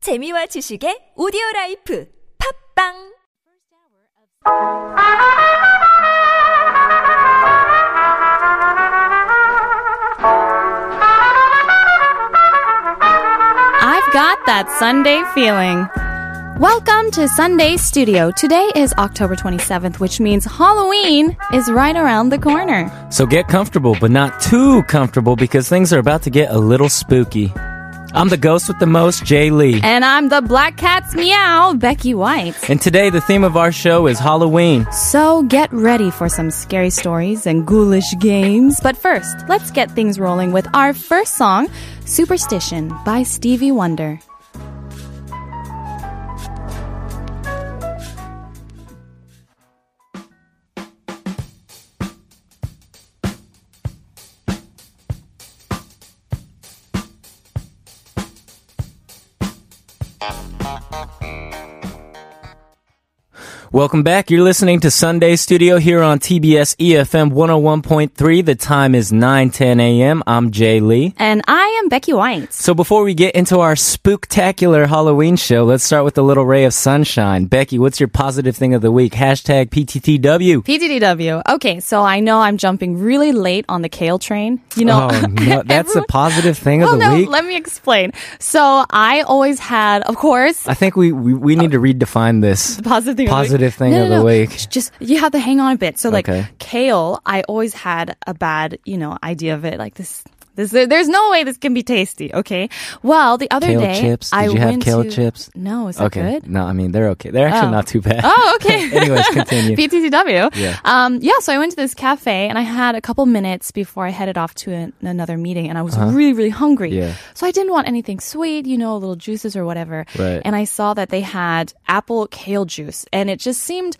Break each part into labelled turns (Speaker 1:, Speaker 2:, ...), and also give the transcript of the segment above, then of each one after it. Speaker 1: 재미와 지식의 오디오 라이프 팝빵
Speaker 2: I've got that Sunday feeling. Welcome to Sunday Studio. Today is October 27th, which means Halloween is right around the corner.
Speaker 3: So get comfortable, but not too comfortable because things are about to get a little spooky. I'm the ghost with the most, Jay Lee.
Speaker 2: And I'm the black cat's meow, Becky White.
Speaker 3: And today, the theme of our show is Halloween.
Speaker 2: So get ready for some scary stories and ghoulish games. But first, let's get things rolling with our first song, Superstition by Stevie Wonder.
Speaker 3: Welcome back. You're listening to Sunday Studio here on TBS EFM 101.3. The time is 9:10 a.m. I'm Jay Lee.
Speaker 2: And I am Becky White.
Speaker 3: So before we get into our spooktacular Halloween show, let's start with a little ray of sunshine. Becky, what's your positive thing of the week? Hashtag PTTW.
Speaker 2: PDDW. Okay, so I know I'm jumping really late on the kale train. You know,
Speaker 3: oh, no, that's
Speaker 2: everyone-
Speaker 3: a positive thing of
Speaker 2: Well,
Speaker 3: the
Speaker 2: no,
Speaker 3: week.
Speaker 2: let me explain. So I always had, of course,
Speaker 3: I think we, we, we need to redefine this.
Speaker 2: positive thing.
Speaker 3: Positive
Speaker 2: of the week.
Speaker 3: thing
Speaker 2: No,
Speaker 3: of
Speaker 2: no,
Speaker 3: the
Speaker 2: no.
Speaker 3: week.
Speaker 2: Sh- Just you have to hang on a bit. So like
Speaker 3: Okay.
Speaker 2: kale, I always had a bad, you know, idea of it. Like this. This, there- there's no way this can be tasty, okay? Well, the other
Speaker 3: Kale
Speaker 2: day
Speaker 3: chips?
Speaker 2: I
Speaker 3: Did you have
Speaker 2: went
Speaker 3: kale
Speaker 2: to-
Speaker 3: chips?
Speaker 2: No, is that
Speaker 3: Okay.
Speaker 2: good?
Speaker 3: No, I mean they're okay. They're
Speaker 2: Oh.
Speaker 3: actually not too bad.
Speaker 2: Oh, okay.
Speaker 3: Anyways, continue.
Speaker 2: PTTW.
Speaker 3: Yeah.
Speaker 2: Um, yeah, so I went to this cafe and I had a couple minutes before I headed off to an, another meeting and I was really, really hungry.
Speaker 3: Uh-huh. Yeah.
Speaker 2: So I didn't want anything sweet, you know, little juices or whatever.
Speaker 3: Right.
Speaker 2: And I saw that they had apple kale juice and it just seemed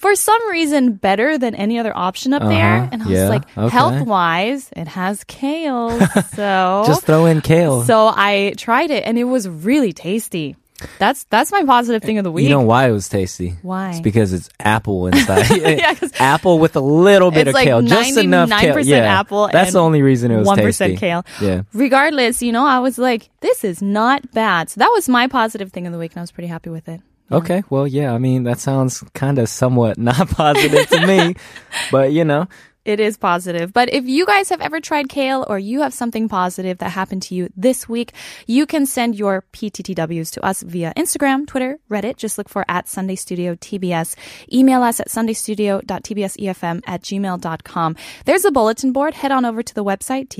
Speaker 2: for some reason better than any other option up there.
Speaker 3: Uh-huh.
Speaker 2: And I was
Speaker 3: Yeah.
Speaker 2: like,
Speaker 3: Okay.
Speaker 2: health wise, it has kale. So
Speaker 3: Just throw in kale.
Speaker 2: So I tried it and it was really tasty. That's that's my positive thing of the week.
Speaker 3: you know why it was tasty?
Speaker 2: Why?
Speaker 3: It's because it's apple inside.
Speaker 2: Yeah, 'cause
Speaker 3: apple with a little bit
Speaker 2: it's
Speaker 3: of
Speaker 2: like
Speaker 3: kale, just enough kale.
Speaker 2: 99%
Speaker 3: Yeah,
Speaker 2: apple
Speaker 3: That's
Speaker 2: and
Speaker 3: the only reason it was
Speaker 2: 1%
Speaker 3: tasty.
Speaker 2: kale.
Speaker 3: Yeah.
Speaker 2: Regardless, you know, I was like, this is not bad. So that was my positive thing of the week, and I was pretty happy with it.
Speaker 3: Okay. Well, yeah. I mean, that sounds kind of somewhat not positive to me, but you know,
Speaker 2: It is positive. But if you guys have ever tried kale or you have something positive that happened to you this week, you can send your PTTWs to us via Instagram, Twitter, Reddit. Just look for at Sunday Studio TBS. Email us at sundaystudio.tbsefm e at gmail.com. There's a bulletin board. Head on over to the website,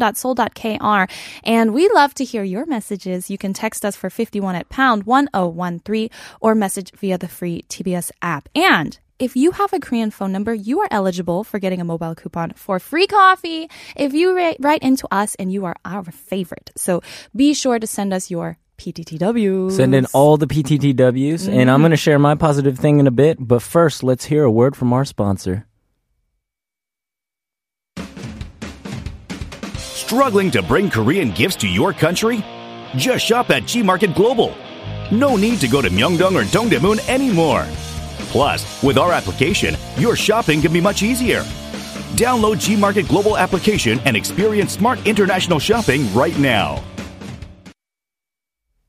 Speaker 2: tbsefm.soul.kr. And we love to hear your messages. You can text us for 51 at pound 1013 or message via the free TBS app. And if you have a Korean phone number, you are eligible for getting a mobile coupon for free coffee if you ri- write into us and you are our favorite. So be sure to send us your PTTW.
Speaker 3: send in all the PTTWs, and
Speaker 2: Mm-hmm.
Speaker 3: I'm going to share my positive thing in a bit. But first, let's hear a word from our sponsor.
Speaker 4: Struggling to bring Korean gifts to your country? Just shop at Gmarket Global. No need to go to Myeongdong or Dongdaemun anymore. Plus, with our application, your shopping can be much easier. Download Gmarket Global application and experience smart international shopping right now.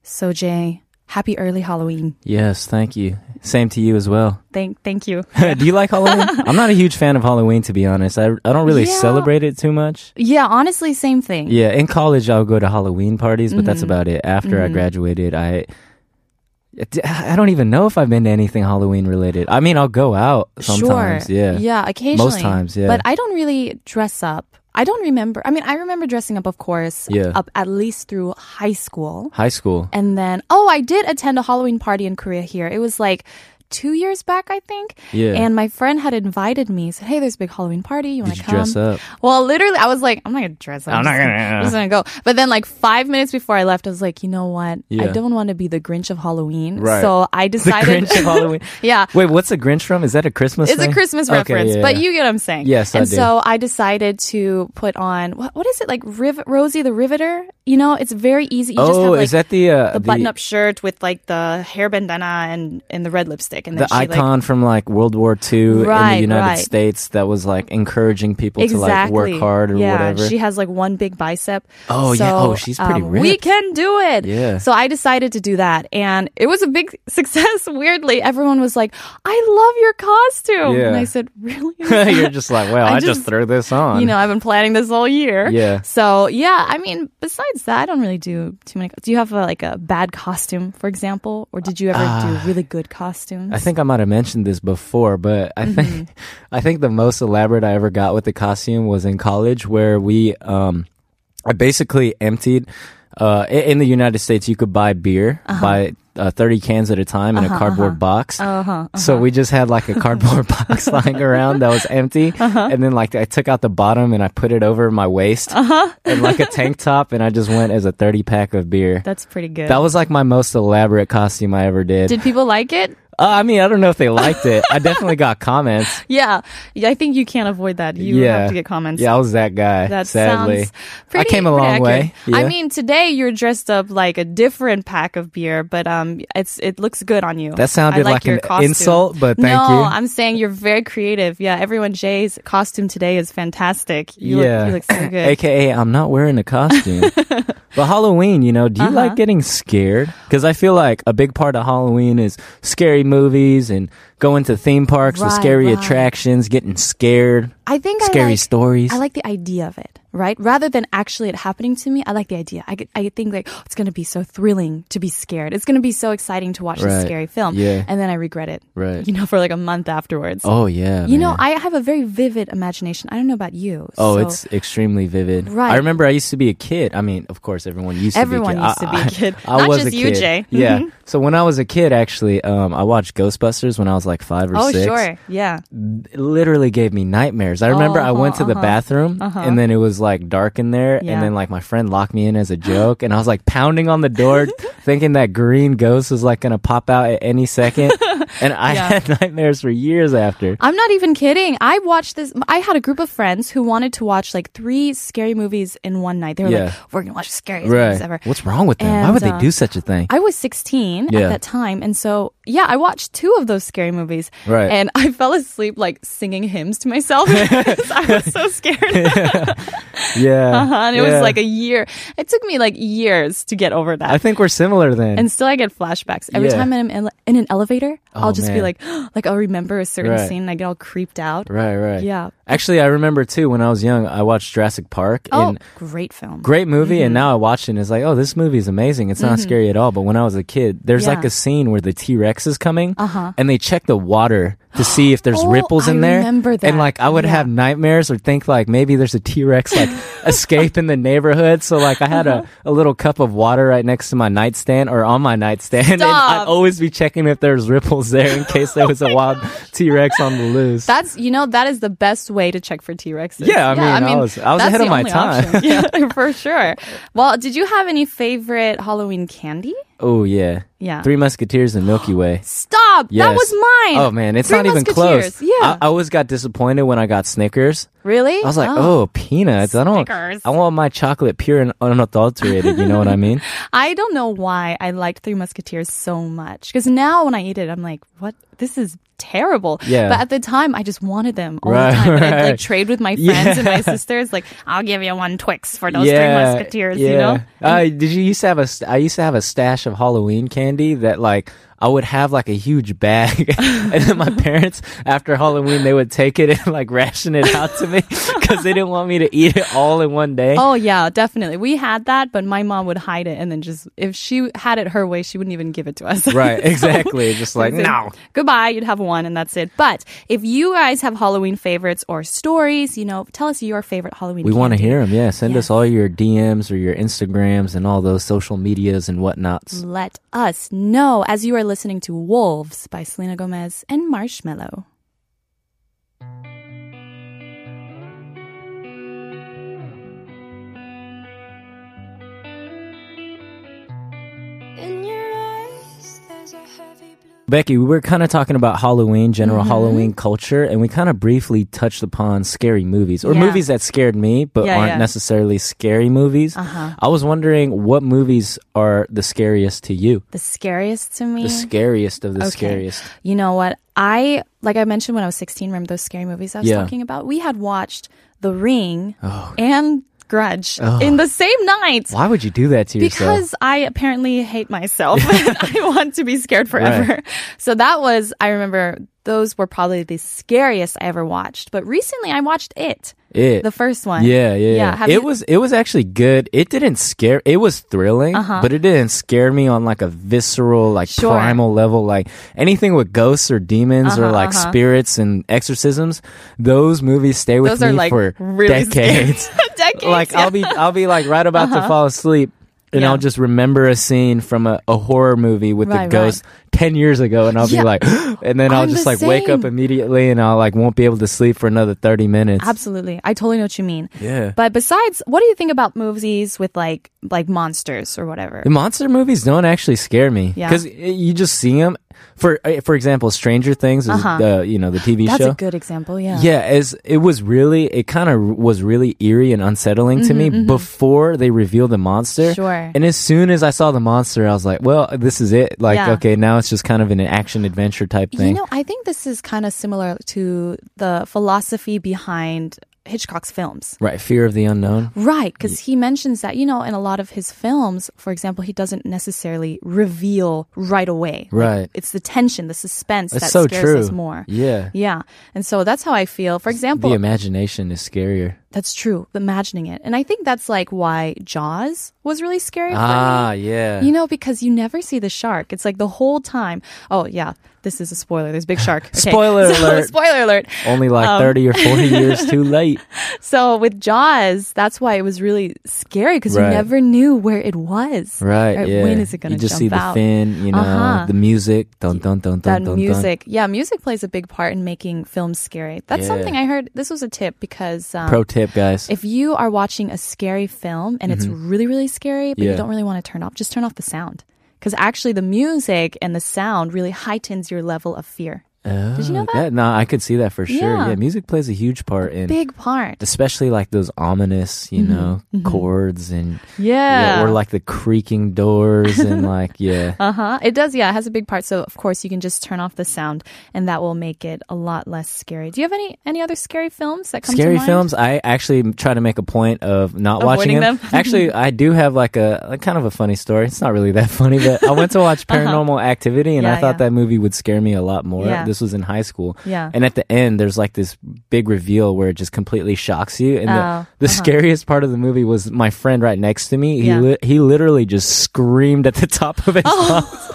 Speaker 2: So Jay, happy early Halloween.
Speaker 3: Yes, thank you. Same to you as well.
Speaker 2: Thank, thank you.
Speaker 3: Do you like Halloween? I'm not a huge fan of Halloween, to be honest. I, I don't really
Speaker 2: Yeah.
Speaker 3: celebrate it too much.
Speaker 2: Yeah, honestly, same thing.
Speaker 3: Yeah, in college, I'll go to Halloween parties, but
Speaker 2: Mm-hmm.
Speaker 3: that's about it. After I graduated, I. I don't even know if I've been to anything Halloween related. I mean, I'll go out sometimes.
Speaker 2: Sure.
Speaker 3: Yeah.
Speaker 2: Yeah, occasionally.
Speaker 3: times, yeah.
Speaker 2: But I don't really dress up. I don't remember. I mean, I remember dressing up, of course,
Speaker 3: Yeah.
Speaker 2: up at least through high school.
Speaker 3: High school.
Speaker 2: And then, oh, I did attend a Halloween party in Korea here. It was like two years back, I think.
Speaker 3: Yeah.
Speaker 2: And my friend had invited me, said, hey, there's a big Halloween party. You want to
Speaker 3: Did you
Speaker 2: come?
Speaker 3: dress up?
Speaker 2: Well, literally, I was like, I'm not going to dress up.
Speaker 3: I'm not
Speaker 2: just
Speaker 3: gonna- uh,
Speaker 2: I'm just going to go. But then, like, five minutes before I left, I was like, you know what? I
Speaker 3: Yeah.
Speaker 2: don't want to be the Grinch of Halloween.
Speaker 3: Right.
Speaker 2: So I
Speaker 3: The
Speaker 2: decided.
Speaker 3: Grinch of Halloween.
Speaker 2: yeah.
Speaker 3: Wait, what's a Grinch from? Is that a Christmas?
Speaker 2: It's a
Speaker 3: thing?
Speaker 2: Christmas
Speaker 3: Okay,
Speaker 2: reference,
Speaker 3: yeah,
Speaker 2: but
Speaker 3: yeah.
Speaker 2: you get what I'm saying.
Speaker 3: Yes, I
Speaker 2: and
Speaker 3: do.
Speaker 2: so I decided to put on what, what is it like Riv- Rosie the Riveter? You know, it's very easy. You just
Speaker 3: Oh,
Speaker 2: have like
Speaker 3: is that the uh,
Speaker 2: the button-up shirt with like the hair bandana and and the red lipstick. music. And then
Speaker 3: the
Speaker 2: she, like,
Speaker 3: icon from like World War II in
Speaker 2: Right,
Speaker 3: the United
Speaker 2: right.
Speaker 3: States that was like encouraging people to like
Speaker 2: exactly.
Speaker 3: work hard or
Speaker 2: yeah,
Speaker 3: whatever.
Speaker 2: She has like one big bicep.
Speaker 3: Oh,
Speaker 2: So,
Speaker 3: yeah. Oh, she's pretty
Speaker 2: um, We
Speaker 3: ripped.
Speaker 2: can do it.
Speaker 3: Yeah.
Speaker 2: So I decided to do that, and it was a big success. Weirdly, everyone was like, "I love your costume,"
Speaker 3: Yeah.
Speaker 2: and I said, "Really?"
Speaker 3: You're just like, well, I,
Speaker 2: I
Speaker 3: just,
Speaker 2: just-
Speaker 3: threw this on.
Speaker 2: You know, I've been planning this all year.
Speaker 3: Yeah.
Speaker 2: So yeah, I mean, besides that, I don't really do too many. Do you have a, like a bad costume, for example, or did you ever do really good costumes?
Speaker 3: Ah. I think I might have mentioned this before, but I think I think the most elaborate I ever got with the costume was in college, where we um, I basically emptied. Uh, i- in the United States, you could buy beer, buy uh, thirty cans at a time in a cardboard box. So we just had like a cardboard box lying around that was empty, and then like I took out the bottom and I put it over my waist and like a tank top, and I just went as a thirty pack of beer.
Speaker 2: that's pretty good.
Speaker 3: That was like my most elaborate costume I ever
Speaker 2: did people like it?
Speaker 3: uh, I mean, I don't know if they liked it. I definitely got comments.
Speaker 2: Yeah, Yeah, I think you can't avoid that. You
Speaker 3: yeah.
Speaker 2: have to get comments.
Speaker 3: Yeah, I was that guy.
Speaker 2: That
Speaker 3: sadly.
Speaker 2: sounds pretty.
Speaker 3: I came a
Speaker 2: pretty
Speaker 3: long way.
Speaker 2: accurate. I
Speaker 3: Yeah.
Speaker 2: mean, today you're dressed up like a different pack of beer, but um, it's it looks good on you.
Speaker 3: That sounded
Speaker 2: I like,
Speaker 3: like
Speaker 2: your
Speaker 3: an
Speaker 2: costume.
Speaker 3: insult, but thank
Speaker 2: no,
Speaker 3: you.
Speaker 2: I'm saying you're very creative. Yeah, everyone Jay's costume today is fantastic. You
Speaker 3: yeah.
Speaker 2: look, you look so good.
Speaker 3: AKA, I'm not wearing a costume. but Halloween, you know, do you
Speaker 2: Uh-huh.
Speaker 3: like getting scared? Because I feel like a big part of Halloween is scary movies and going to theme parks with
Speaker 2: Right,
Speaker 3: scary
Speaker 2: right.
Speaker 3: attractions, getting scared.
Speaker 2: I think
Speaker 3: Scary
Speaker 2: I like,
Speaker 3: stories.
Speaker 2: I like the idea of it, right? Rather than actually it happening to me, I like the idea. I, get- I think like oh, it's going to be so thrilling to be scared. It's going to be so exciting to watch this
Speaker 3: Right.
Speaker 2: scary film,
Speaker 3: Yeah.
Speaker 2: and then I regret it,
Speaker 3: Right.
Speaker 2: You know, for like a month afterwards.
Speaker 3: Oh, yeah.
Speaker 2: You know,
Speaker 3: man.
Speaker 2: I have a very vivid imagination. I don't know about you.
Speaker 3: Oh,
Speaker 2: so
Speaker 3: it's extremely vivid.
Speaker 2: Right.
Speaker 3: I remember I used to be a kid. I mean, of course, everyone used
Speaker 2: Everyone
Speaker 3: to be a kid.
Speaker 2: used to be a
Speaker 3: a
Speaker 2: kid.
Speaker 3: I,
Speaker 2: Not
Speaker 3: was
Speaker 2: just
Speaker 3: a
Speaker 2: you,
Speaker 3: kid.
Speaker 2: Jay. Mm-hmm.
Speaker 3: Yeah. So when I was a kid, actually, um, I watched Ghostbusters when I was like five or
Speaker 2: oh
Speaker 3: six.
Speaker 2: sure, yeah.
Speaker 3: It literally gave me nightmares. I remember I went to the bathroom and then it was like dark in there.
Speaker 2: Uh-huh, Yeah.
Speaker 3: And then like my friend locked me in as a joke. and I was like pounding on the door thinking that green ghost was like going to pop out at any second. and I had nightmares for years after.
Speaker 2: I'm not even kidding. I watched this. I had a group of friends who wanted to watch like three scary movies in one night. They were
Speaker 3: Yeah.
Speaker 2: like, "We're gonna watch the scariest movies ever."
Speaker 3: Right. What's wrong with them? Why
Speaker 2: And,
Speaker 3: would they
Speaker 2: uh,
Speaker 3: do such a thing?
Speaker 2: I was 16
Speaker 3: Yeah.
Speaker 2: at that time, and so yeah, I watched two of those scary movies.
Speaker 3: Right.
Speaker 2: and I fell asleep like singing hymns to myself because I was so scared.
Speaker 3: yeah.
Speaker 2: Uh-huh, and it
Speaker 3: Yeah.
Speaker 2: was like a year. It took me like years to get over that.
Speaker 3: I think we're similar then.
Speaker 2: and still I get flashbacks every
Speaker 3: Yeah.
Speaker 2: time I'm in, in an elevator. I'll
Speaker 3: Oh,
Speaker 2: just be
Speaker 3: man.
Speaker 2: like, like I'll remember a certain
Speaker 3: Right.
Speaker 2: scene and I get all creeped out.
Speaker 3: right, right.
Speaker 2: Yeah.
Speaker 3: Actually, I remember too when I was young, I watched Jurassic Park.
Speaker 2: Oh,
Speaker 3: And
Speaker 2: great film.
Speaker 3: great movie.
Speaker 2: Mm-hmm.
Speaker 3: And now I watch it and it's like, oh, this movie is amazing. It's not scary at all. But when I was a kid, there's
Speaker 2: Yeah. Uh-huh.
Speaker 3: like a scene where the T Rex is coming and they check the water to see if there's
Speaker 2: Oh,
Speaker 3: ripples
Speaker 2: I
Speaker 3: in there.
Speaker 2: remember that.
Speaker 3: And like, I would
Speaker 2: Yeah.
Speaker 3: have nightmares or think like maybe there's a T Rex like escape in the neighborhood. So like, I had a, a little cup of water right next to my nightstand or on my nightstand. And I'd
Speaker 2: Stop.
Speaker 3: always be checking if there's ripples there in case there was a wild T Rex on the loose.
Speaker 2: That's you know that is the best way to check for T Rexes.
Speaker 3: Yeah, I mean, I was- I was
Speaker 2: that's
Speaker 3: ahead of
Speaker 2: the
Speaker 3: my
Speaker 2: only
Speaker 3: time.
Speaker 2: option. yeah, for sure. Well, did you have any favorite Halloween candy?
Speaker 3: Oh yeah,
Speaker 2: Yeah.
Speaker 3: Three Musketeers and Milky Way.
Speaker 2: Stop! That
Speaker 3: Yes.
Speaker 2: was mine.
Speaker 3: Oh man, it's
Speaker 2: Three
Speaker 3: not even
Speaker 2: Musketeers.
Speaker 3: close.
Speaker 2: Yeah,
Speaker 3: I, I always got disappointed when I got Snickers.
Speaker 2: really?
Speaker 3: I was like, oh, peanuts. I don't.
Speaker 2: Snickers.
Speaker 3: I want my chocolate pure and unadulterated. You know what I mean?
Speaker 2: I don't know why I liked Three Musketeers so much. Because now when I eat it, I'm like, what? This is terrible.
Speaker 3: Yeah.
Speaker 2: But at the time, I just wanted them all
Speaker 3: Right,
Speaker 2: the time. And I'd like
Speaker 3: right.
Speaker 2: trade with my
Speaker 3: Yeah.
Speaker 2: friends and my sisters. Like, I'll give you one Twix for those Three Musketeers,
Speaker 3: yeah.
Speaker 2: you know?
Speaker 3: Uh, did you used to have a? st- I used to have a stash of Halloween candy that like. I would have like a huge bag, and then my parents, after Halloween, they would take it and like ration it out to me because they didn't want me to eat it all in one day.
Speaker 2: Oh yeah, definitely. We had that, but my mom would hide it and then just if she had it her way, she wouldn't even give it to us.
Speaker 3: Right,
Speaker 2: So-
Speaker 3: exactly. Just like,
Speaker 2: so
Speaker 3: no.
Speaker 2: Goodbye, you'd have one and that's it. But if you guys have Halloween favorites or stories, you know, tell us your favorite Halloween.
Speaker 3: We want to
Speaker 2: candy.
Speaker 3: hear them. Yeah, send us all your DMs or your Instagrams and all those social medias and whatnots.
Speaker 2: Let us know as you are listening to Wolves by Selena Gomez and Marshmallow.
Speaker 5: In your eyes, there's a heavy blue.
Speaker 3: Becky, we were kind of talking about Halloween, general
Speaker 2: Mm-hmm.
Speaker 3: Halloween culture, and we kind of briefly touched upon scary movies or
Speaker 2: Yeah.
Speaker 3: movies that scared me but
Speaker 2: Yeah,
Speaker 3: aren't
Speaker 2: yeah. Uh-huh.
Speaker 3: necessarily scary movies. I was wondering what movies are the scariest to you?
Speaker 2: The scariest to me.
Speaker 3: The scariest of the
Speaker 2: Okay.
Speaker 3: scariest.
Speaker 2: You know what? I like I mentioned when I was 16. Remember those scary movies I was
Speaker 3: Yeah. Oh.
Speaker 2: talking about? We had watched The Ring and Grudge in the same night.
Speaker 3: Why would you do that to Oh. yourself?
Speaker 2: Because I apparently hate myself. I want to be scared forever.
Speaker 3: Right.
Speaker 2: So that was, I remember those were probably the scariest I ever watched. But recently I watched it,
Speaker 3: it.
Speaker 2: the first one.
Speaker 3: Yeah, yeah. yeah.
Speaker 2: have you-
Speaker 3: It was it was actually good. It didn't scare. It was thrilling, but it didn't scare me on like a visceral, like
Speaker 2: Uh-huh. Sure. Uh-huh,
Speaker 3: primal level. Like anything with ghosts or demons or like spirits and exorcisms, those movies stay with
Speaker 2: Those
Speaker 3: me
Speaker 2: are like
Speaker 3: for
Speaker 2: really
Speaker 3: decades.
Speaker 2: scary. decades.
Speaker 3: like
Speaker 2: yeah. Uh-huh.
Speaker 3: I'll be I'll be like right about to fall asleep. And
Speaker 2: Yeah.
Speaker 3: I'll just remember a scene from a, a horror movie with
Speaker 2: Right, right.
Speaker 3: the ghost ten years ago, and I'll
Speaker 2: Yeah.
Speaker 3: be like, and then
Speaker 2: I'm
Speaker 3: I'll just
Speaker 2: the
Speaker 3: like wake up
Speaker 2: same.
Speaker 3: immediately, and I'll like won't be able to sleep for another thirty minutes.
Speaker 2: Absolutely. I totally know what you mean.
Speaker 3: Yeah.
Speaker 2: But besides, what do you think about movies with like like monsters or whatever?
Speaker 3: The monster movies don't actually scare me
Speaker 2: Yeah.
Speaker 3: because you just see them. For uh, for example, Stranger Things is the you know the TV
Speaker 2: Uh-huh. That's
Speaker 3: show.
Speaker 2: a good example. Yeah.
Speaker 3: yeah, as it was really, it kind of was really eerie and unsettling to me before they revealed the monster.
Speaker 2: Mm-hmm, Sure.
Speaker 3: And as soon as I saw the monster, I was like, "Well, this is it." Like,
Speaker 2: Yeah.
Speaker 3: okay, now it's just kind of an action adventure type
Speaker 2: You
Speaker 3: thing.
Speaker 2: know, I think this is kind of similar to the philosophy behind Hitchcock's films.
Speaker 3: right? Fear of the unknown.
Speaker 2: Right, because he mentions that, you know, in a lot of his films, for example, he doesn't necessarily reveal right away. Like,
Speaker 3: Right.
Speaker 2: it's the tension, the suspense
Speaker 3: That's
Speaker 2: that
Speaker 3: so
Speaker 2: scares
Speaker 3: true.
Speaker 2: us more.
Speaker 3: Yeah.
Speaker 2: Yeah. And so that's how I feel. For example,
Speaker 3: The imagination is scarier.
Speaker 2: that's true, imagining it. And I think that's like why Jaws was really scary for
Speaker 3: Ah,
Speaker 2: me.
Speaker 3: yeah.
Speaker 2: You know, because you never see the shark. It's like the whole time. Oh, yeah, this is a spoiler. There's a big shark. Okay.
Speaker 3: Spoiler
Speaker 2: So,
Speaker 3: alert.
Speaker 2: Spoiler alert.
Speaker 3: only like
Speaker 2: um,
Speaker 3: thirty or forty years too late.
Speaker 2: So with Jaws, that's why it was really scary because
Speaker 3: Right.
Speaker 2: you never knew where it was.
Speaker 3: Right. Yeah.
Speaker 2: When is it going to
Speaker 3: You just
Speaker 2: jump
Speaker 3: see the
Speaker 2: out?
Speaker 3: fin, you know,
Speaker 2: Uh-huh.
Speaker 3: the music, dun dun dun
Speaker 2: that
Speaker 3: dun dun.
Speaker 2: music, yeah, music plays a big part in making films scary. That's
Speaker 3: Yeah.
Speaker 2: something I heard. This was a tip because um,
Speaker 3: Dun. Pro tip, guys.
Speaker 2: if you are watching a scary film and it's really really scary, but you
Speaker 3: Mm-hmm. Yeah.
Speaker 2: don't really want to turn off, just turn off the sound because actually the music and the sound really heightens your level of fear.
Speaker 3: oh,
Speaker 2: you know
Speaker 3: No, I could see that for sure.
Speaker 2: Yeah.
Speaker 3: Yeah, music plays a huge part in,
Speaker 2: Big part.
Speaker 3: especially like those ominous, you know, chords and
Speaker 2: mm-hmm. Yeah.
Speaker 3: or like the creaking doors and like yeah.
Speaker 2: Uh huh. It does, yeah. It has a big part. So of course you can just turn off the sound, and that will make it a lot less scary. Do you have any any other scary films that come to
Speaker 3: Scary
Speaker 2: mind?
Speaker 3: films. I actually try to make a point of not watching
Speaker 2: Avoiding
Speaker 3: them.
Speaker 2: them.
Speaker 3: actually, I do have like a like kind of a funny story. It's not really that funny, but I went to watch Paranormal Activity, and
Speaker 2: Uh-huh. Yeah,
Speaker 3: I thought
Speaker 2: yeah.
Speaker 3: that movie would scare me a lot more.
Speaker 2: Yeah.
Speaker 3: This was in high school.
Speaker 2: Yeah.
Speaker 3: And at the end, there's like this big reveal where it just completely shocks you. And
Speaker 2: Oh,
Speaker 3: the, the scariest part of the movie was my friend right next to me. He
Speaker 2: Yeah. Oh.
Speaker 3: li- he literally just screamed at the top of his lungs.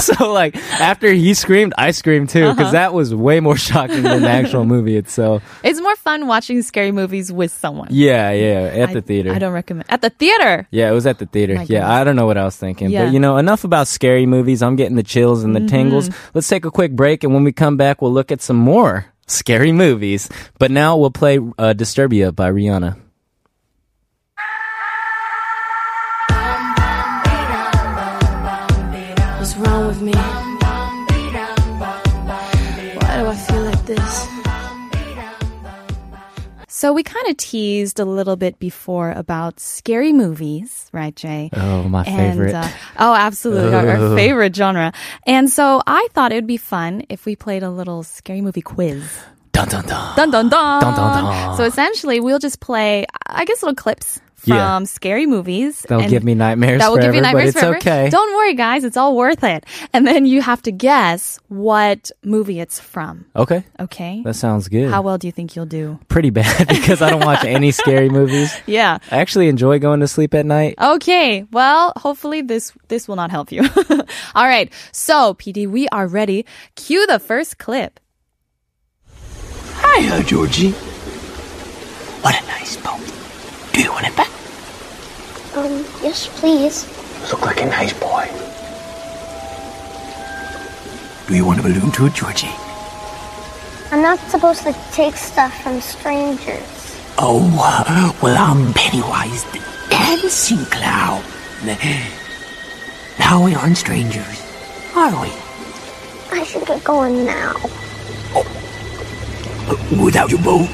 Speaker 3: so like after he screamed, I screamed too because
Speaker 2: Uh-huh.
Speaker 3: that was way more shocking than the actual movie itself.
Speaker 2: It's more fun watching scary movies with someone.
Speaker 3: Yeah, yeah, at the
Speaker 2: I
Speaker 3: theater.
Speaker 2: don't recommend at the theater.
Speaker 3: yeah, it was at the theater.
Speaker 2: My
Speaker 3: yeah,
Speaker 2: goodness.
Speaker 3: I don't know what I was thinking.
Speaker 2: Yeah. Mm-hmm.
Speaker 3: But, you know, enough about scary movies. I'm getting the chills and the tingles. Let's take a quick break, and when we come back, we'll look at some more scary movies. But now we'll play uh, Disturbia by Rihanna.
Speaker 5: What's wrong with me? Why do I feel like this?
Speaker 2: So we kind of teased a little bit before about scary movies, right, Jay?
Speaker 3: Oh, my favorite.
Speaker 2: And, uh, oh, absolutely, our, our
Speaker 3: Ugh.
Speaker 2: favorite genre. And so I thought it would be fun if we played a little scary movie quiz.
Speaker 3: dun, dun, dun.
Speaker 2: Dun dun dun.
Speaker 3: Dun, dun, dun.
Speaker 2: So essentially, we'll just play, I guess, little clips from
Speaker 3: Yeah.
Speaker 2: scary movies.
Speaker 3: That'll
Speaker 2: and
Speaker 3: give me nightmares
Speaker 2: That will give you
Speaker 3: forever, but
Speaker 2: nightmares
Speaker 3: it's
Speaker 2: forever.
Speaker 3: okay.
Speaker 2: Don't worry, guys. It's all worth it. And then you have to guess what movie it's from.
Speaker 3: Okay,
Speaker 2: Okay.
Speaker 3: that sounds good.
Speaker 2: How well do you think you'll do?
Speaker 3: Pretty bad because I don't watch any scary movies.
Speaker 2: Yeah.
Speaker 3: I actually enjoy going to sleep at night.
Speaker 2: Okay. Well, hopefully this this will not help you. all right. So, PD, we are ready. Cue the first clip.
Speaker 6: Hiya, Georgie. What a nice boat. Do you want it back?
Speaker 7: Um, yes, please.
Speaker 6: Look like a nice boy. Do you want a balloon too, Georgie?
Speaker 7: I'm not supposed to take stuff from strangers.
Speaker 6: Oh, uh, well, I'm Pennywise the Dancing Clown. Now we aren't strangers, are we?
Speaker 7: I should get going now.
Speaker 6: Without your boat?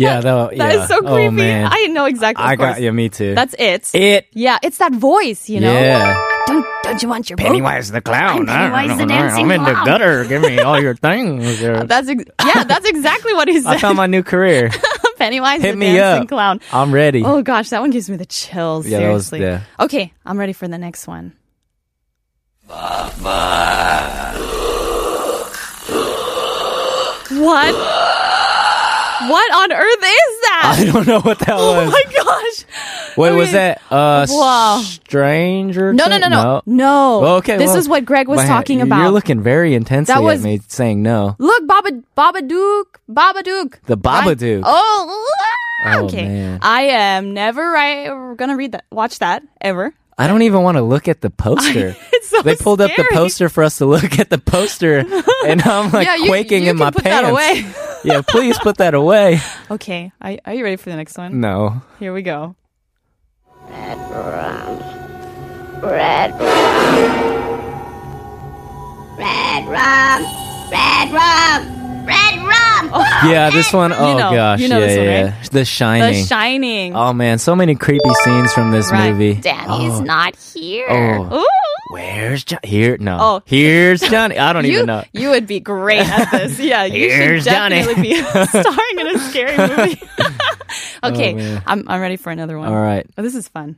Speaker 3: Yeah, that,
Speaker 2: That is
Speaker 3: yeah.
Speaker 2: so
Speaker 3: Oh,
Speaker 2: creepy.
Speaker 3: man.
Speaker 2: I didn't know exactly.
Speaker 3: I
Speaker 2: of course.
Speaker 3: got yeah, me too.
Speaker 2: That's it.
Speaker 3: it.
Speaker 2: Yeah, it's that voice, you know.
Speaker 3: Yeah.
Speaker 2: Don't don't you want your boat?
Speaker 3: Pennywise the clown.
Speaker 2: I'm Pennywise the dancing
Speaker 3: I'm in the
Speaker 2: clown.
Speaker 3: gutter. Give me all your things. Your-
Speaker 2: That's ex- yeah, that's exactly what he
Speaker 3: I
Speaker 2: said.
Speaker 3: found my new career.
Speaker 2: Pennywise
Speaker 3: Hit
Speaker 2: the
Speaker 3: me
Speaker 2: dancing
Speaker 3: up.
Speaker 2: clown.
Speaker 3: I'm ready.
Speaker 2: Oh gosh, that one gives me the chills.
Speaker 3: Yeah, that was-
Speaker 2: seriously.
Speaker 3: yeah.
Speaker 2: Okay, I'm ready for the next one. What? What on earth is
Speaker 3: I
Speaker 2: that?
Speaker 3: don't know what that
Speaker 2: Oh
Speaker 3: was.
Speaker 2: my gosh!
Speaker 3: Wait,
Speaker 2: I
Speaker 3: was
Speaker 2: mean-
Speaker 3: that uh
Speaker 2: Wow.
Speaker 3: stranger?
Speaker 2: No, no, no,
Speaker 3: thing?
Speaker 2: no, no.
Speaker 3: Well, okay,
Speaker 2: this
Speaker 3: well,
Speaker 2: is what Greg was
Speaker 3: man,
Speaker 2: talking
Speaker 3: You're
Speaker 2: about.
Speaker 3: looking very intensely
Speaker 2: That was-
Speaker 3: at me, saying no.
Speaker 2: Look, Baba Babadook, Babadook.
Speaker 3: The
Speaker 2: Right?
Speaker 3: Babadook.
Speaker 2: Oh, ah,
Speaker 3: Oh,
Speaker 2: okay.
Speaker 3: man.
Speaker 2: I am never right. Gonna read that, watch that ever.
Speaker 3: I don't even want to look at the poster.
Speaker 2: It's so
Speaker 3: they pulled up the
Speaker 2: scary.
Speaker 3: poster for us to look at the poster, and I'm like
Speaker 2: Yeah, you-
Speaker 3: quaking
Speaker 2: you
Speaker 3: in
Speaker 2: can
Speaker 3: my
Speaker 2: put that
Speaker 3: pants.
Speaker 2: away.
Speaker 3: yeah, please put that away.
Speaker 2: Okay, are, are you ready for the next one?
Speaker 3: No.
Speaker 2: Here we go.
Speaker 7: Red rum. Red rum. Red rum. Red rum.
Speaker 3: Yeah, this one. Oh
Speaker 2: know-
Speaker 3: gosh,
Speaker 2: you know
Speaker 3: yeah,
Speaker 2: this one,
Speaker 3: yeah,
Speaker 2: right?
Speaker 3: yeah. The Shining.
Speaker 2: The Shining.
Speaker 3: oh man, so many creepy scenes from this
Speaker 2: Right.
Speaker 3: movie.
Speaker 7: Daddy's not here.
Speaker 3: Oh,
Speaker 2: Ooh,
Speaker 3: where's Johnny? Here, no.
Speaker 2: Oh.
Speaker 3: here's Johnny. I don't
Speaker 2: you,
Speaker 3: even know.
Speaker 2: you would be great at this. Yeah, you
Speaker 3: Here's
Speaker 2: should
Speaker 3: Johnny.
Speaker 2: definitely be starring in a scary movie. okay,
Speaker 3: Oh, man.
Speaker 2: I'm I'm ready for another one.
Speaker 3: All right.
Speaker 2: Oh, this is fun.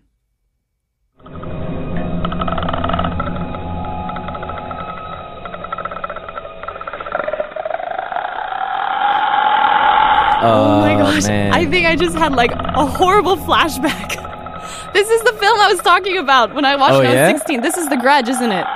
Speaker 3: Oh,
Speaker 2: Oh my gosh.
Speaker 3: man.
Speaker 2: I think I just had like a horrible flashback. this is the film I was talking about when I watched
Speaker 3: Oh,
Speaker 2: it when I
Speaker 3: yeah?
Speaker 2: was 16. This is The Grudge, isn't it?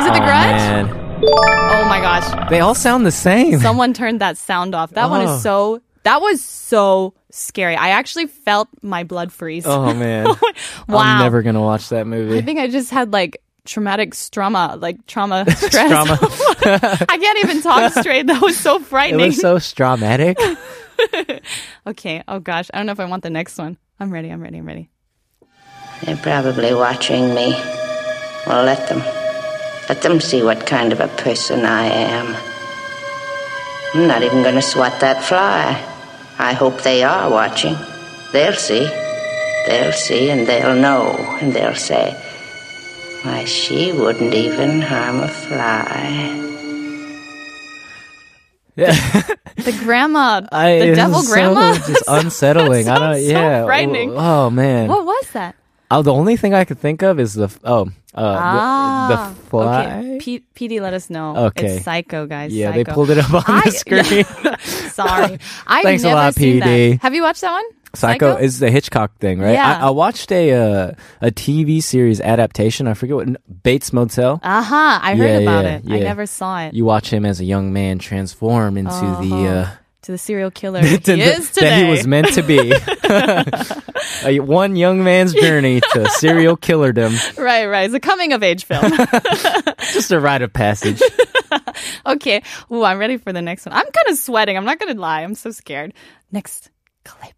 Speaker 2: Is it
Speaker 3: Oh,
Speaker 2: The Grudge?
Speaker 3: man.
Speaker 2: Oh my gosh.
Speaker 3: They all sound the same.
Speaker 2: Someone turned that sound off. That one
Speaker 3: Oh.
Speaker 2: is so, that was so scary. I actually felt my blood freeze.
Speaker 3: oh man.
Speaker 2: wow.
Speaker 3: I'm never gonna watch that movie.
Speaker 2: I think I just had like traumatic stroma, like trauma stress.
Speaker 3: Trauma.
Speaker 2: I can't even talk straight. That was so
Speaker 3: it
Speaker 2: frightening.
Speaker 3: was so dramatic.
Speaker 2: okay. Oh gosh. I don't know if I want the next one. I'm ready. I'm ready. I'm ready.
Speaker 8: They're probably watching me. Well, let them. Let them see what kind of a person I am. I'm not even going to swat that fly. I hope they are watching. They'll see. They'll see and they'll know. And they'll say, Why, she wouldn't even harm a fly.
Speaker 2: The grandma,
Speaker 3: I,
Speaker 2: the
Speaker 3: it's
Speaker 2: devil
Speaker 3: so
Speaker 2: grandma.
Speaker 3: just unsettling. I don't.
Speaker 2: sounds so
Speaker 3: yeah.
Speaker 2: frightening.
Speaker 3: Oh, oh, man.
Speaker 2: What was that?
Speaker 3: Oh, the only thing I could think of is the f- oh uh, the, the fly.
Speaker 2: Ah, Okay. P- PD let us know.
Speaker 3: Okay.
Speaker 2: It's Psycho, guys.
Speaker 3: yeah,
Speaker 2: Psycho.
Speaker 3: they pulled it up on
Speaker 2: I-
Speaker 3: the screen.
Speaker 2: Sorry. I've
Speaker 3: Thanks a
Speaker 2: never
Speaker 3: lot,
Speaker 2: seen
Speaker 3: PD.
Speaker 2: that. Have you watched that one?
Speaker 3: Psycho is the Hitchcock thing, right?
Speaker 2: Yeah.
Speaker 3: I, I watched a uh, a TV series adaptation. I forget what Bates Motel.
Speaker 2: Uh, Aha, I heard
Speaker 3: Yeah,
Speaker 2: about
Speaker 3: yeah,
Speaker 2: it. I
Speaker 3: yeah.
Speaker 2: never saw it.
Speaker 3: You watch him as a young man transform into the uh,
Speaker 2: to the serial killer that Uh-huh. he is today.
Speaker 3: that he was meant to be. A- one young man's journey to serial killerdom,
Speaker 2: right, right. It's a coming of age film.
Speaker 3: just a rite of passage.
Speaker 2: okay. Ooh, I'm ready for the next one. I'm kind of sweating. I'm not going to lie. I'm so scared. Next clip.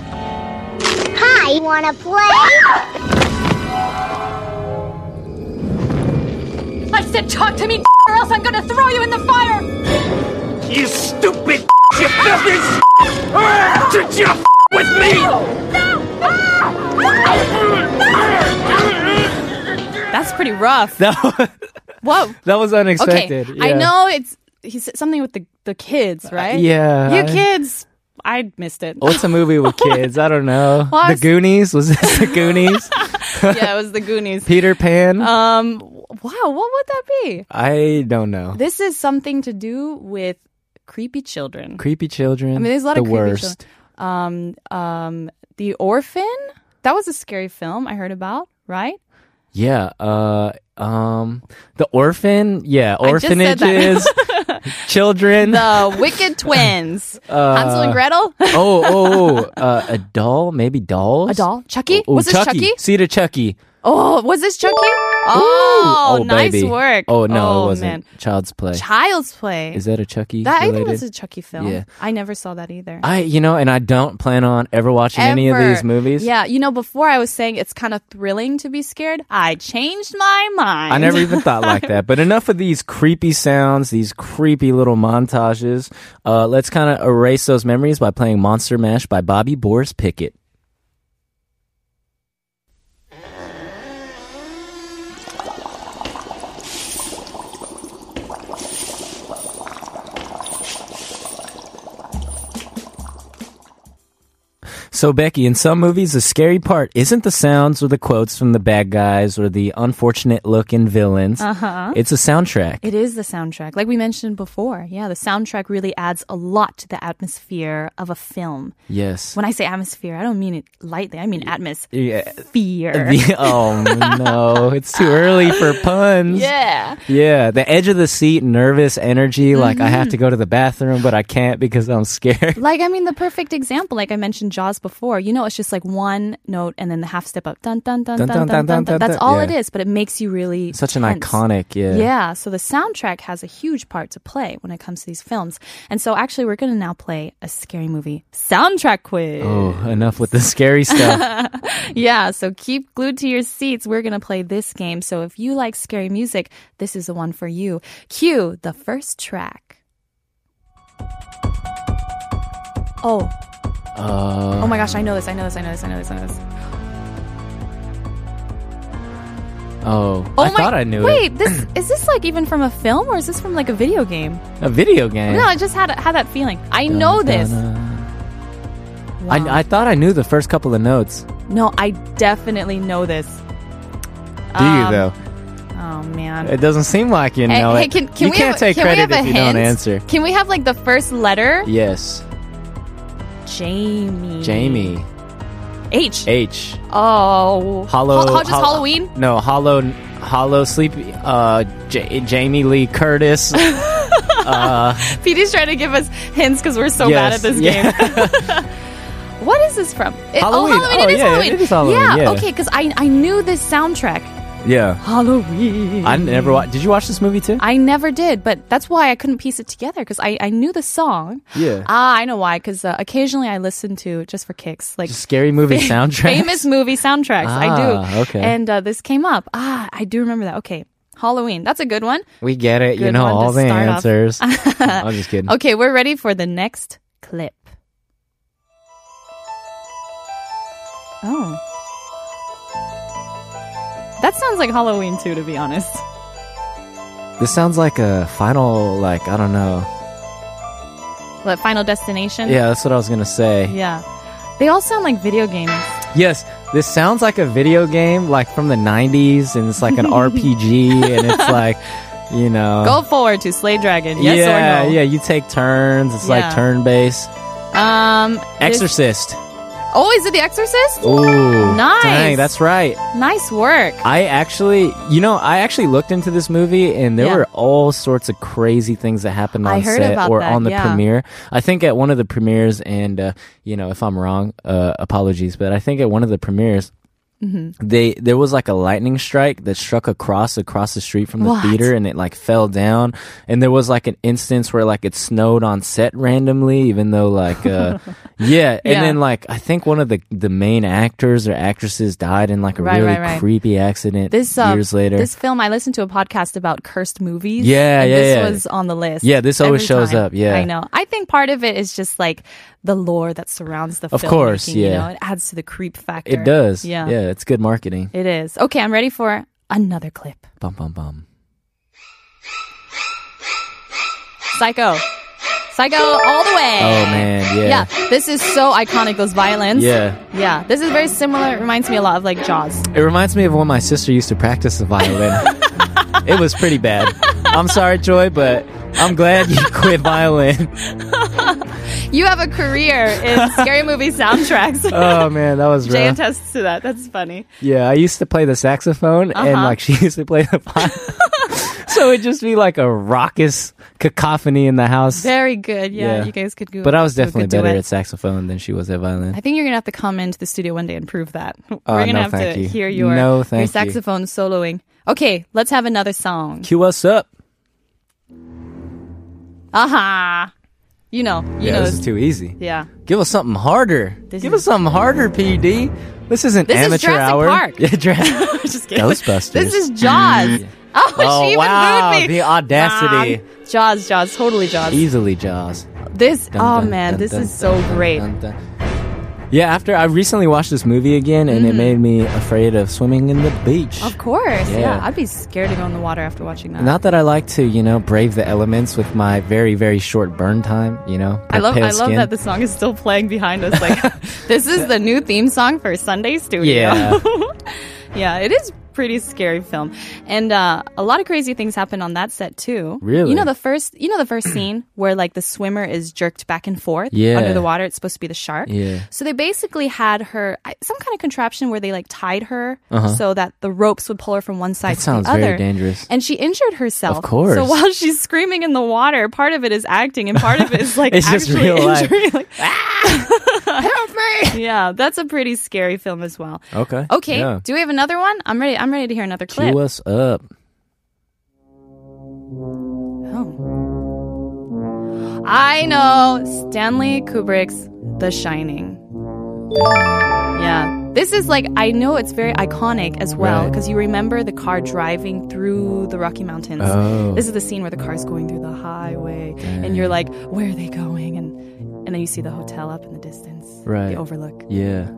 Speaker 7: Hi, wanna play?
Speaker 9: I said, talk to me, or else I'm gonna throw you in the fire!
Speaker 6: You stupid you filthy Did you with me?
Speaker 2: That's pretty rough.
Speaker 3: That was,
Speaker 2: Whoa.
Speaker 3: that was
Speaker 2: Okay.
Speaker 3: unexpected.
Speaker 2: I
Speaker 3: yeah. Uh,
Speaker 2: know it's he's something with the the kids, right?
Speaker 3: Yeah. Oh.
Speaker 2: You
Speaker 3: I-
Speaker 2: kids, I missed it.
Speaker 3: What's a movie with kids? I don't know.
Speaker 2: Well, I
Speaker 3: the
Speaker 2: was-
Speaker 3: Goonies was this the Goonies?
Speaker 2: yeah, it was the Goonies.
Speaker 3: Peter Pan?
Speaker 2: Um, wow, what would that be?
Speaker 3: I don't know.
Speaker 2: This is something to do with creepy children.
Speaker 3: creepy children.
Speaker 2: I mean, there's a lot
Speaker 3: the
Speaker 2: of creepy
Speaker 3: worst.
Speaker 2: Um, um, The Orphan. That was a scary film I heard about, right?
Speaker 3: Yeah. Uh. Um. The orphan. Yeah.
Speaker 2: I just said that.
Speaker 3: Orphanages. children.
Speaker 2: The Wicked Twins. Hansel and Gretel.
Speaker 3: oh, oh, oh, uh, a doll, maybe dolls.
Speaker 2: a doll. Chucky.
Speaker 3: Oh,
Speaker 2: was it Chucky?
Speaker 3: Cedar Chucky.
Speaker 2: Oh, was this Chucky? Oh,
Speaker 3: oh,
Speaker 2: nice
Speaker 3: baby.
Speaker 2: work.
Speaker 3: Oh no,
Speaker 2: Oh,
Speaker 3: it wasn't.
Speaker 2: man.
Speaker 3: Child's Play.
Speaker 2: Child's Play.
Speaker 3: Is that a Chucky
Speaker 2: that, I
Speaker 3: related?
Speaker 2: think that's a Chucky film.
Speaker 3: Yeah.
Speaker 2: I never saw that either.
Speaker 3: I you know, and I don't plan on ever watching any of
Speaker 2: Ever.
Speaker 3: these movies.
Speaker 2: Yeah, you know, before I was saying it's kind of thrilling to be scared. I changed my mind.
Speaker 3: I never even thought like that. But enough of these creepy sounds, these creepy little montages. Uh, let's kind of erase those memories by playing Monster Mash by Bobby Boris Pickett. So, Becky, in some movies, the scary part isn't the sounds or the quotes from the bad guys or the unfortunate looking villains. Uh-huh. It's a soundtrack.
Speaker 2: It is the soundtrack. Like we mentioned before. Yeah, the soundtrack really adds a lot to the atmosphere of a film.
Speaker 3: yes.
Speaker 2: When I say atmosphere, I don't mean it lightly. I mean atmosphere.
Speaker 3: Yeah. The- oh, no. It's too early for puns.
Speaker 2: yeah.
Speaker 3: Yeah, the edge of the seat, nervous energy, like I have to
Speaker 2: Mm-hmm.
Speaker 3: go to the bathroom, but I can't because I'm scared.
Speaker 2: Like, I mean, the perfect example, like I mentioned Jaws before, you know, it's just like one note and then the half step up. Dun, dun, dun, dun, dun, dun, dun,
Speaker 3: dun,
Speaker 2: That's
Speaker 3: dun.
Speaker 2: all it
Speaker 3: Yeah.
Speaker 2: is, but it makes you really.
Speaker 3: Such an
Speaker 2: tense.
Speaker 3: iconic, yeah.
Speaker 2: Yeah, so the soundtrack has a huge part to play when it comes to these films. And so actually, we're going to now play a scary movie soundtrack quiz.
Speaker 3: Oh, enough with the scary stuff.
Speaker 2: Yeah, so keep glued to your seats. We're going to play this game. So if you like scary music, this is the one for you. Cue the first track. Oh, oh
Speaker 3: Uh,
Speaker 2: my gosh, I know this, I know this, I know this, I know this, I know this.
Speaker 3: oh,
Speaker 2: Oh
Speaker 3: I
Speaker 2: my,
Speaker 3: thought I knew
Speaker 2: wait,
Speaker 3: it.
Speaker 2: this is this like even from a film or is this from like a video game?
Speaker 3: A video game.
Speaker 2: No, I just had had that feeling. I know this. Wow.
Speaker 3: I, I thought I knew the first couple of notes.
Speaker 2: no, I definitely know this.
Speaker 3: Do you
Speaker 2: Um,
Speaker 3: though?
Speaker 2: Oh man.
Speaker 3: It doesn't seem like you
Speaker 2: Hey,
Speaker 3: know
Speaker 2: hey,
Speaker 3: it.
Speaker 2: Eh, can, can
Speaker 3: you
Speaker 2: we
Speaker 3: can't
Speaker 2: have,
Speaker 3: take
Speaker 2: can we
Speaker 3: credit
Speaker 2: have
Speaker 3: if
Speaker 2: a
Speaker 3: you
Speaker 2: hint?
Speaker 3: don't answer.
Speaker 2: Can we have like the first letter?
Speaker 3: Yes,
Speaker 2: Jamie.
Speaker 3: Jamie
Speaker 2: H.
Speaker 3: H.
Speaker 2: Oh.
Speaker 3: Hollow.
Speaker 2: Ho- ho- just
Speaker 3: hol-
Speaker 2: Halloween?
Speaker 3: No, hollow. Hollow sleepy. Uh, J- Jamie Lee Curtis.
Speaker 2: PD's trying to give us hints because we're so bad at
Speaker 3: Yes,
Speaker 2: this
Speaker 3: yeah.
Speaker 2: game. What is this from? It-
Speaker 3: Halloween.
Speaker 2: Oh, Halloween.
Speaker 3: Oh,
Speaker 2: it is
Speaker 3: yeah,
Speaker 2: Halloween.
Speaker 3: it is Halloween, yeah.
Speaker 2: okay, because I, I knew this soundtrack.
Speaker 3: yeah.
Speaker 2: Halloween.
Speaker 3: I never watched. Did you watch this movie too?
Speaker 2: I never did, but that's why I couldn't piece it together because I, I knew the song.
Speaker 3: Yeah.
Speaker 2: Ah, I know why. Because uh, occasionally I listen to just for kicks, like
Speaker 3: Scary movie soundtrack.
Speaker 2: famous movie soundtracks. I do.
Speaker 3: Ah, okay.
Speaker 2: And uh, this came up. Ah, I do remember that. Okay. Halloween. That's a good one.
Speaker 3: We get it. You
Speaker 2: Good
Speaker 3: know
Speaker 2: one to
Speaker 3: all the
Speaker 2: start off.
Speaker 3: answers. I'm just kidding.
Speaker 2: Okay, we're ready for the next clip. Oh. That sounds like Halloween too, to be honest.
Speaker 3: This sounds like a final. Like I don't know.
Speaker 2: But Final Destination?
Speaker 3: Yeah, that's what I was gonna say.
Speaker 2: Yeah. They all sound like video games.
Speaker 3: Yes, this sounds like a video game, like from the '90s, and it's like an RPG, and it's like, you know,
Speaker 2: Go forward to Slay Dragon, yes
Speaker 3: Oh. yeah,
Speaker 2: or no?
Speaker 3: yeah. You take turns. It's
Speaker 2: Yeah.
Speaker 3: like turn-based.
Speaker 2: Um this-
Speaker 3: Exorcist.
Speaker 2: Oh, is it the Exorcist?
Speaker 3: Ooh,
Speaker 2: Nice.
Speaker 3: Dang, that's right.
Speaker 2: Nice work.
Speaker 3: I actually, you know, I actually looked into this movie, and there
Speaker 2: Yeah.
Speaker 3: were all sorts of crazy things that happened on
Speaker 2: I heard
Speaker 3: set
Speaker 2: about
Speaker 3: or
Speaker 2: that,
Speaker 3: on the
Speaker 2: yeah.
Speaker 3: premiere. I think at one of the premieres, and uh, you know, if I'm wrong, uh, apologies, but I think at one of the premieres.
Speaker 2: Mm-hmm.
Speaker 3: They there was like a lightning strike that struck across across the street from the
Speaker 2: What?
Speaker 3: theater and it like fell down and there was like an instance where like it snowed on set randomly even though like uh yeah and
Speaker 2: Yeah.
Speaker 3: then like I think one of the the main actors or actresses died in like a
Speaker 2: Right,
Speaker 3: really
Speaker 2: right, right.
Speaker 3: creepy accident
Speaker 2: This uh,
Speaker 3: years later.
Speaker 2: This film I listened to a podcast about cursed movies.
Speaker 3: Yeah,
Speaker 2: and
Speaker 3: yeah,
Speaker 2: This
Speaker 3: yeah.
Speaker 2: was on the list.
Speaker 3: Yeah, this always
Speaker 2: every
Speaker 3: shows up, yeah.
Speaker 2: I know. I think part of it is just like the lore that surrounds the
Speaker 3: Of
Speaker 2: film.
Speaker 3: course,
Speaker 2: You
Speaker 3: yeah.
Speaker 2: know, it adds to the creep factor.
Speaker 3: it does.
Speaker 2: Yeah.
Speaker 3: Yeah, it's good marketing.
Speaker 2: It is. Okay, I'm ready for another clip.
Speaker 3: Bum bum bum.
Speaker 2: Psycho. Psycho all the way.
Speaker 3: Oh man, yeah.
Speaker 2: Yeah, this is so iconic, those violins.
Speaker 3: Yeah.
Speaker 2: Yeah, this is very similar. It reminds me a lot of like Jaws.
Speaker 3: It reminds me of when my sister used to practice the violin. it was pretty bad. I'm sorry, Joy, but I'm glad you quit violin.
Speaker 2: You have a career in scary movie soundtracks.
Speaker 3: Oh man, that was
Speaker 2: Jay
Speaker 3: rough.
Speaker 2: attests to that. That's funny. Uh-huh.
Speaker 3: Yeah, I used to play the saxophone and like she used to play the violin. so it'd just be like a raucous cacophony in the house.
Speaker 2: Very good. Yeah,
Speaker 3: Yeah.
Speaker 2: you guys could go.
Speaker 3: But I was
Speaker 2: do a
Speaker 3: definitely
Speaker 2: good
Speaker 3: better
Speaker 2: duet.
Speaker 3: at saxophone than she was at violin.
Speaker 2: I think you're gonna have to come into the studio one day and prove that. We're
Speaker 3: Uh,
Speaker 2: gonna
Speaker 3: no,
Speaker 2: have
Speaker 3: thank
Speaker 2: to
Speaker 3: you.
Speaker 2: hear your
Speaker 3: No,
Speaker 2: your
Speaker 3: thank you.
Speaker 2: saxophone soloing. Okay, let's have another song.
Speaker 3: Cue us up.
Speaker 2: Aha! You know, you
Speaker 3: yeah,
Speaker 2: know.
Speaker 3: this is
Speaker 2: this-
Speaker 3: too easy.
Speaker 2: yeah.
Speaker 3: Give us something harder.
Speaker 2: This
Speaker 3: Give
Speaker 2: is-
Speaker 3: us something harder, PD. This isn't
Speaker 2: This is
Speaker 3: amateur
Speaker 2: Jurassic
Speaker 3: hour.
Speaker 2: Park.
Speaker 3: Yeah, Jurassic.
Speaker 2: Just kidding.
Speaker 3: Ghostbusters.
Speaker 2: This is Jaws. Oh,
Speaker 3: Oh,
Speaker 2: she even
Speaker 3: wow,
Speaker 2: booed me.
Speaker 3: the audacity.
Speaker 2: Wow. Jaws, Jaws, totally Jaws.
Speaker 3: Easily Jaws.
Speaker 2: This,
Speaker 3: Dun,
Speaker 2: oh
Speaker 3: dun,
Speaker 2: man,
Speaker 3: dun,
Speaker 2: this
Speaker 3: dun,
Speaker 2: is so
Speaker 3: dun, dun,
Speaker 2: great.
Speaker 3: dun, dun. Yeah, after I recently watched this movie again, and it made me afraid of swimming in the beach.
Speaker 2: Mm-hmm. Of course, yeah.
Speaker 3: Yeah.
Speaker 2: I'd be scared to go in the water after watching that.
Speaker 3: Not that I like to, you know, brave the elements with my very, very short burn time. You know,
Speaker 2: I love,
Speaker 3: pale
Speaker 2: I love
Speaker 3: skin.
Speaker 2: that the song is still playing behind us. Like, this is the new theme song for Sunday Studio.
Speaker 3: Yeah.
Speaker 2: yeah, it is pretty scary film, and uh, a lot of crazy things happen on that set too.
Speaker 3: Really?
Speaker 2: You know the first, you know the first scene where like the swimmer is jerked back and forth
Speaker 3: Yeah.
Speaker 2: under the water. It's supposed to be the shark.
Speaker 3: Yeah.
Speaker 2: So they basically had her I- some kind of contraption where they like tied her so that the ropes would pull her from one side to
Speaker 3: Uh-huh. That sounds
Speaker 2: the other.
Speaker 3: very dangerous.
Speaker 2: And she injured herself.
Speaker 3: Of course.
Speaker 2: So while she's screaming in the water, part of it is acting and part of it is like
Speaker 3: It's just
Speaker 2: actually
Speaker 3: real life.
Speaker 2: injury. Like, help me! Yeah, that's a pretty scary film as well.
Speaker 3: Okay.
Speaker 2: Okay.
Speaker 3: Yeah.
Speaker 2: Do we have another one? I'm ready. I'm ready to hear another clip.
Speaker 3: Cue us up.
Speaker 2: Oh. I know Stanley Kubrick's The Shining. Yeah. This is like I know it's very iconic as well
Speaker 3: Right.
Speaker 2: because you remember the car driving through the Rocky Mountains.
Speaker 3: Oh.
Speaker 2: This is the scene where the car's going through the highway and you're like where are they going and and then you see the hotel up in the distance.
Speaker 3: Right.
Speaker 2: The overlook.
Speaker 3: Yeah.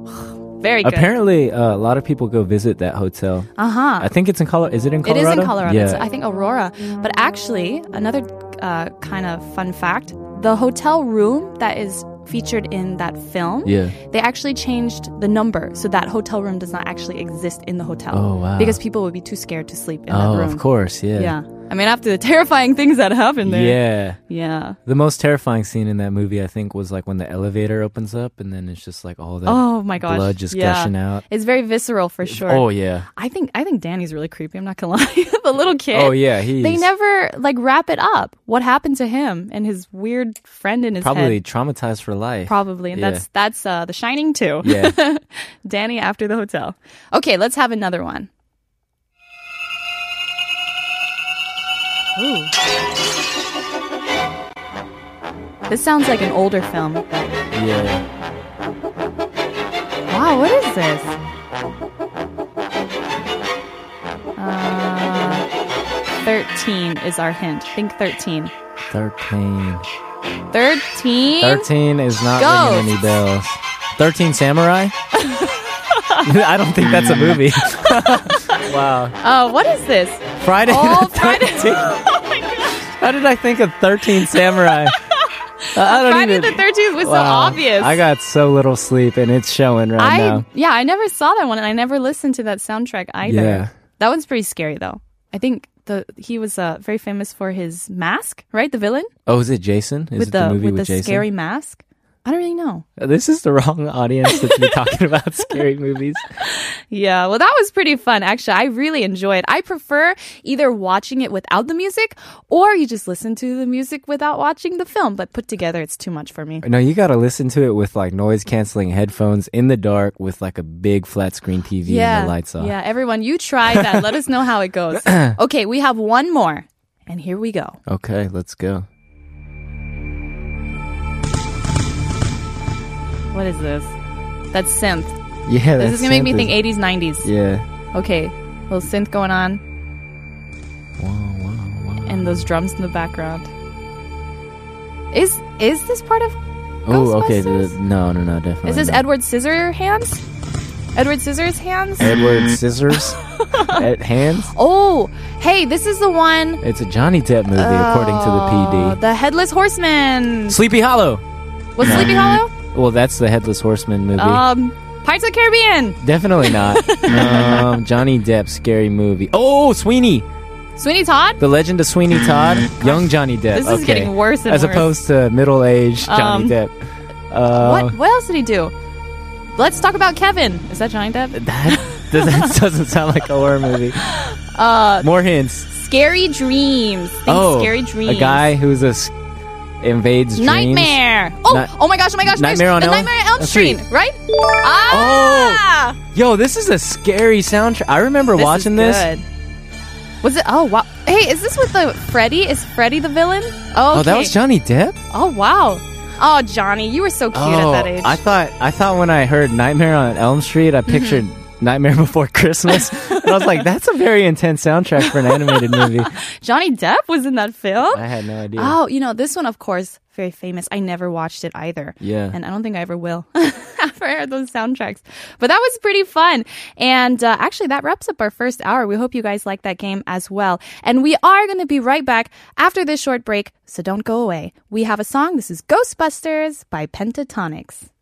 Speaker 2: Very good.
Speaker 3: Apparently, uh, a lot of people go visit that hotel.
Speaker 2: uh-huh.
Speaker 3: I think it's in Colorado. Is it in
Speaker 2: It
Speaker 3: Colorado?
Speaker 2: is in Colorado.
Speaker 3: Yeah.
Speaker 2: It's, I think Aurora. But actually, another uh, kind of fun fact the hotel room that is featured in that film,
Speaker 3: Yeah.
Speaker 2: they actually changed the number so that hotel room does not actually exist in the hotel.
Speaker 3: Oh, wow.
Speaker 2: Because people would be too scared to sleep in
Speaker 3: oh,
Speaker 2: that room.
Speaker 3: of course. Yeah.
Speaker 2: Yeah. I mean, after the terrifying things that happened there.
Speaker 3: Yeah.
Speaker 2: Yeah.
Speaker 3: The most terrifying scene in that movie, I think, was like when the elevator opens up and then it's just like all that
Speaker 2: Oh my gosh.
Speaker 3: blood just
Speaker 2: Yeah.
Speaker 3: gushing out.
Speaker 2: It's very visceral for sure.
Speaker 3: Oh yeah.
Speaker 2: I think I think Danny's really creepy. I'm not gonna lie. the little kid.
Speaker 3: Oh yeah. He
Speaker 2: They never like wrap it up. What happened to him and his weird friend in his
Speaker 3: probably
Speaker 2: head?
Speaker 3: traumatized for life.
Speaker 2: Probably, and
Speaker 3: Yeah.
Speaker 2: that's that's uh, The Shining too.
Speaker 3: Yeah.
Speaker 2: Danny after the hotel. Okay, let's have another one. Ooh. This sounds like an older film.
Speaker 3: yeah.
Speaker 2: Wow, what is this? Uh, Thirteen is our hint. Think thirteen.
Speaker 3: Thirteen.
Speaker 2: Thirteen.
Speaker 3: Thirteen is not ringing any
Speaker 2: Ghosts.
Speaker 3: bells. Thirteen Samurai. I don't think that's a movie. wow.
Speaker 2: Uh, what is this?
Speaker 3: Friday.
Speaker 2: Oh,
Speaker 3: the
Speaker 2: Friday.
Speaker 3: 13th.
Speaker 2: oh my gosh.
Speaker 3: How did I think of Thirteen Samurai? I don't
Speaker 2: Friday
Speaker 3: even.
Speaker 2: the 13th was so
Speaker 3: Wow.
Speaker 2: obvious.
Speaker 3: I got so little sleep, and it's showing right
Speaker 2: I-
Speaker 3: now.
Speaker 2: yeah, I never saw that one and I never listened to that soundtrack either.
Speaker 3: Yeah.
Speaker 2: That one's pretty scary though. I think the he was uh, very famous for his mask, right? The villain
Speaker 3: Oh, is it Jason? Is
Speaker 2: with
Speaker 3: it the, movie with,
Speaker 2: with the
Speaker 3: Jason?
Speaker 2: scary mask. I don't really know.
Speaker 3: Uh, This is the wrong audience to be talking about scary movies.
Speaker 2: Yeah, well, that was pretty fun. Actually, I really enjoyed. I prefer either watching it without the music, or you just listen to the music without watching the film. But put together, it's too much for me.
Speaker 3: No, you got to listen to it with like noise canceling headphones in the dark with like a big flat screen TV and the lights off.
Speaker 2: Yeah, everyone, you try that. Let us know how it goes. Okay, we have one more. And here we go.
Speaker 3: Okay, let's go.
Speaker 2: What is this? That's synth.
Speaker 3: Yeah,
Speaker 2: This is gonna make me think 80s, 90s.
Speaker 3: Yeah.
Speaker 2: Okay, little synth going on. And those drums in the background. Is is this part of?
Speaker 3: Oh, okay.
Speaker 2: Ghostbusters?
Speaker 3: the- no, no, Oh, no, definitely.
Speaker 2: Is this
Speaker 3: not.
Speaker 2: Edward Scissorhands? Edward Scissors hands?
Speaker 3: Edward
Speaker 2: Mm.
Speaker 3: Scissors at hands?
Speaker 2: Oh, hey, this is the one.
Speaker 3: It's a Johnny Depp movie, according to
Speaker 2: Uh,
Speaker 3: the PD.
Speaker 2: the Headless Horseman.
Speaker 3: Sleepy Hollow.
Speaker 2: Was Sleepy Hollow?
Speaker 3: Well, that's the Headless Horseman movie.
Speaker 2: Um, Pirates of the Caribbean.
Speaker 3: Definitely not. um, Johnny Depp, scary movie. Oh, Sweeney,
Speaker 2: Sweeney Todd.
Speaker 3: The Legend of Sweeney Todd, young Johnny
Speaker 2: Mm. This
Speaker 3: Depp.
Speaker 2: is
Speaker 3: okay.
Speaker 2: getting worse and
Speaker 3: as
Speaker 2: worse.
Speaker 3: opposed to middle-aged Johnny
Speaker 2: Um,
Speaker 3: Depp. Uh,
Speaker 2: what? What else did he do? Let's talk about Kevin. Is that Johnny Depp?
Speaker 3: That, does, that doesn't sound like a horror movie. Uh, More hints.
Speaker 2: Scary Dreams. Think
Speaker 3: oh,
Speaker 2: Scary Dreams.
Speaker 3: a guy who's a s- invades dreams.
Speaker 2: Nightmare. Oh,
Speaker 3: Ni-
Speaker 2: oh my gosh, oh my gosh.
Speaker 3: Nightmare
Speaker 2: there's
Speaker 3: on
Speaker 2: the
Speaker 3: Elm-
Speaker 2: Nightmare on Elm
Speaker 3: That's
Speaker 2: Street,
Speaker 3: right.
Speaker 2: right? Ah!
Speaker 3: Yo, this is a scary soundtrack. I remember
Speaker 2: This
Speaker 3: watching
Speaker 2: is
Speaker 3: this.
Speaker 2: good. Was it? Oh, wow. Hey, is this with the Freddy? Is Freddy the villain? Oh,
Speaker 3: Oh, that was Johnny Depp.
Speaker 2: Oh, wow. Oh, Johnny, you were so cute
Speaker 3: oh,
Speaker 2: at that age. Mm-hmm.
Speaker 3: I thought I thought when I heard Nightmare on Elm Street, I pictured Nightmare Before Christmas, and I was like, that's a very intense soundtrack for an animated movie.
Speaker 2: Johnny Depp was in that film?
Speaker 3: I had no idea.
Speaker 2: Oh, you know, this one, of course, very famous. I never watched it either.
Speaker 3: Yeah.
Speaker 2: And I don't think I ever will after I heard those soundtracks. But that was pretty fun. And uh, actually, that wraps up our first hour. We hope you guys like that game as well. And we are going to be right back after this short break, so don't go away. We have a song. This is Ghostbusters by Pentatonics.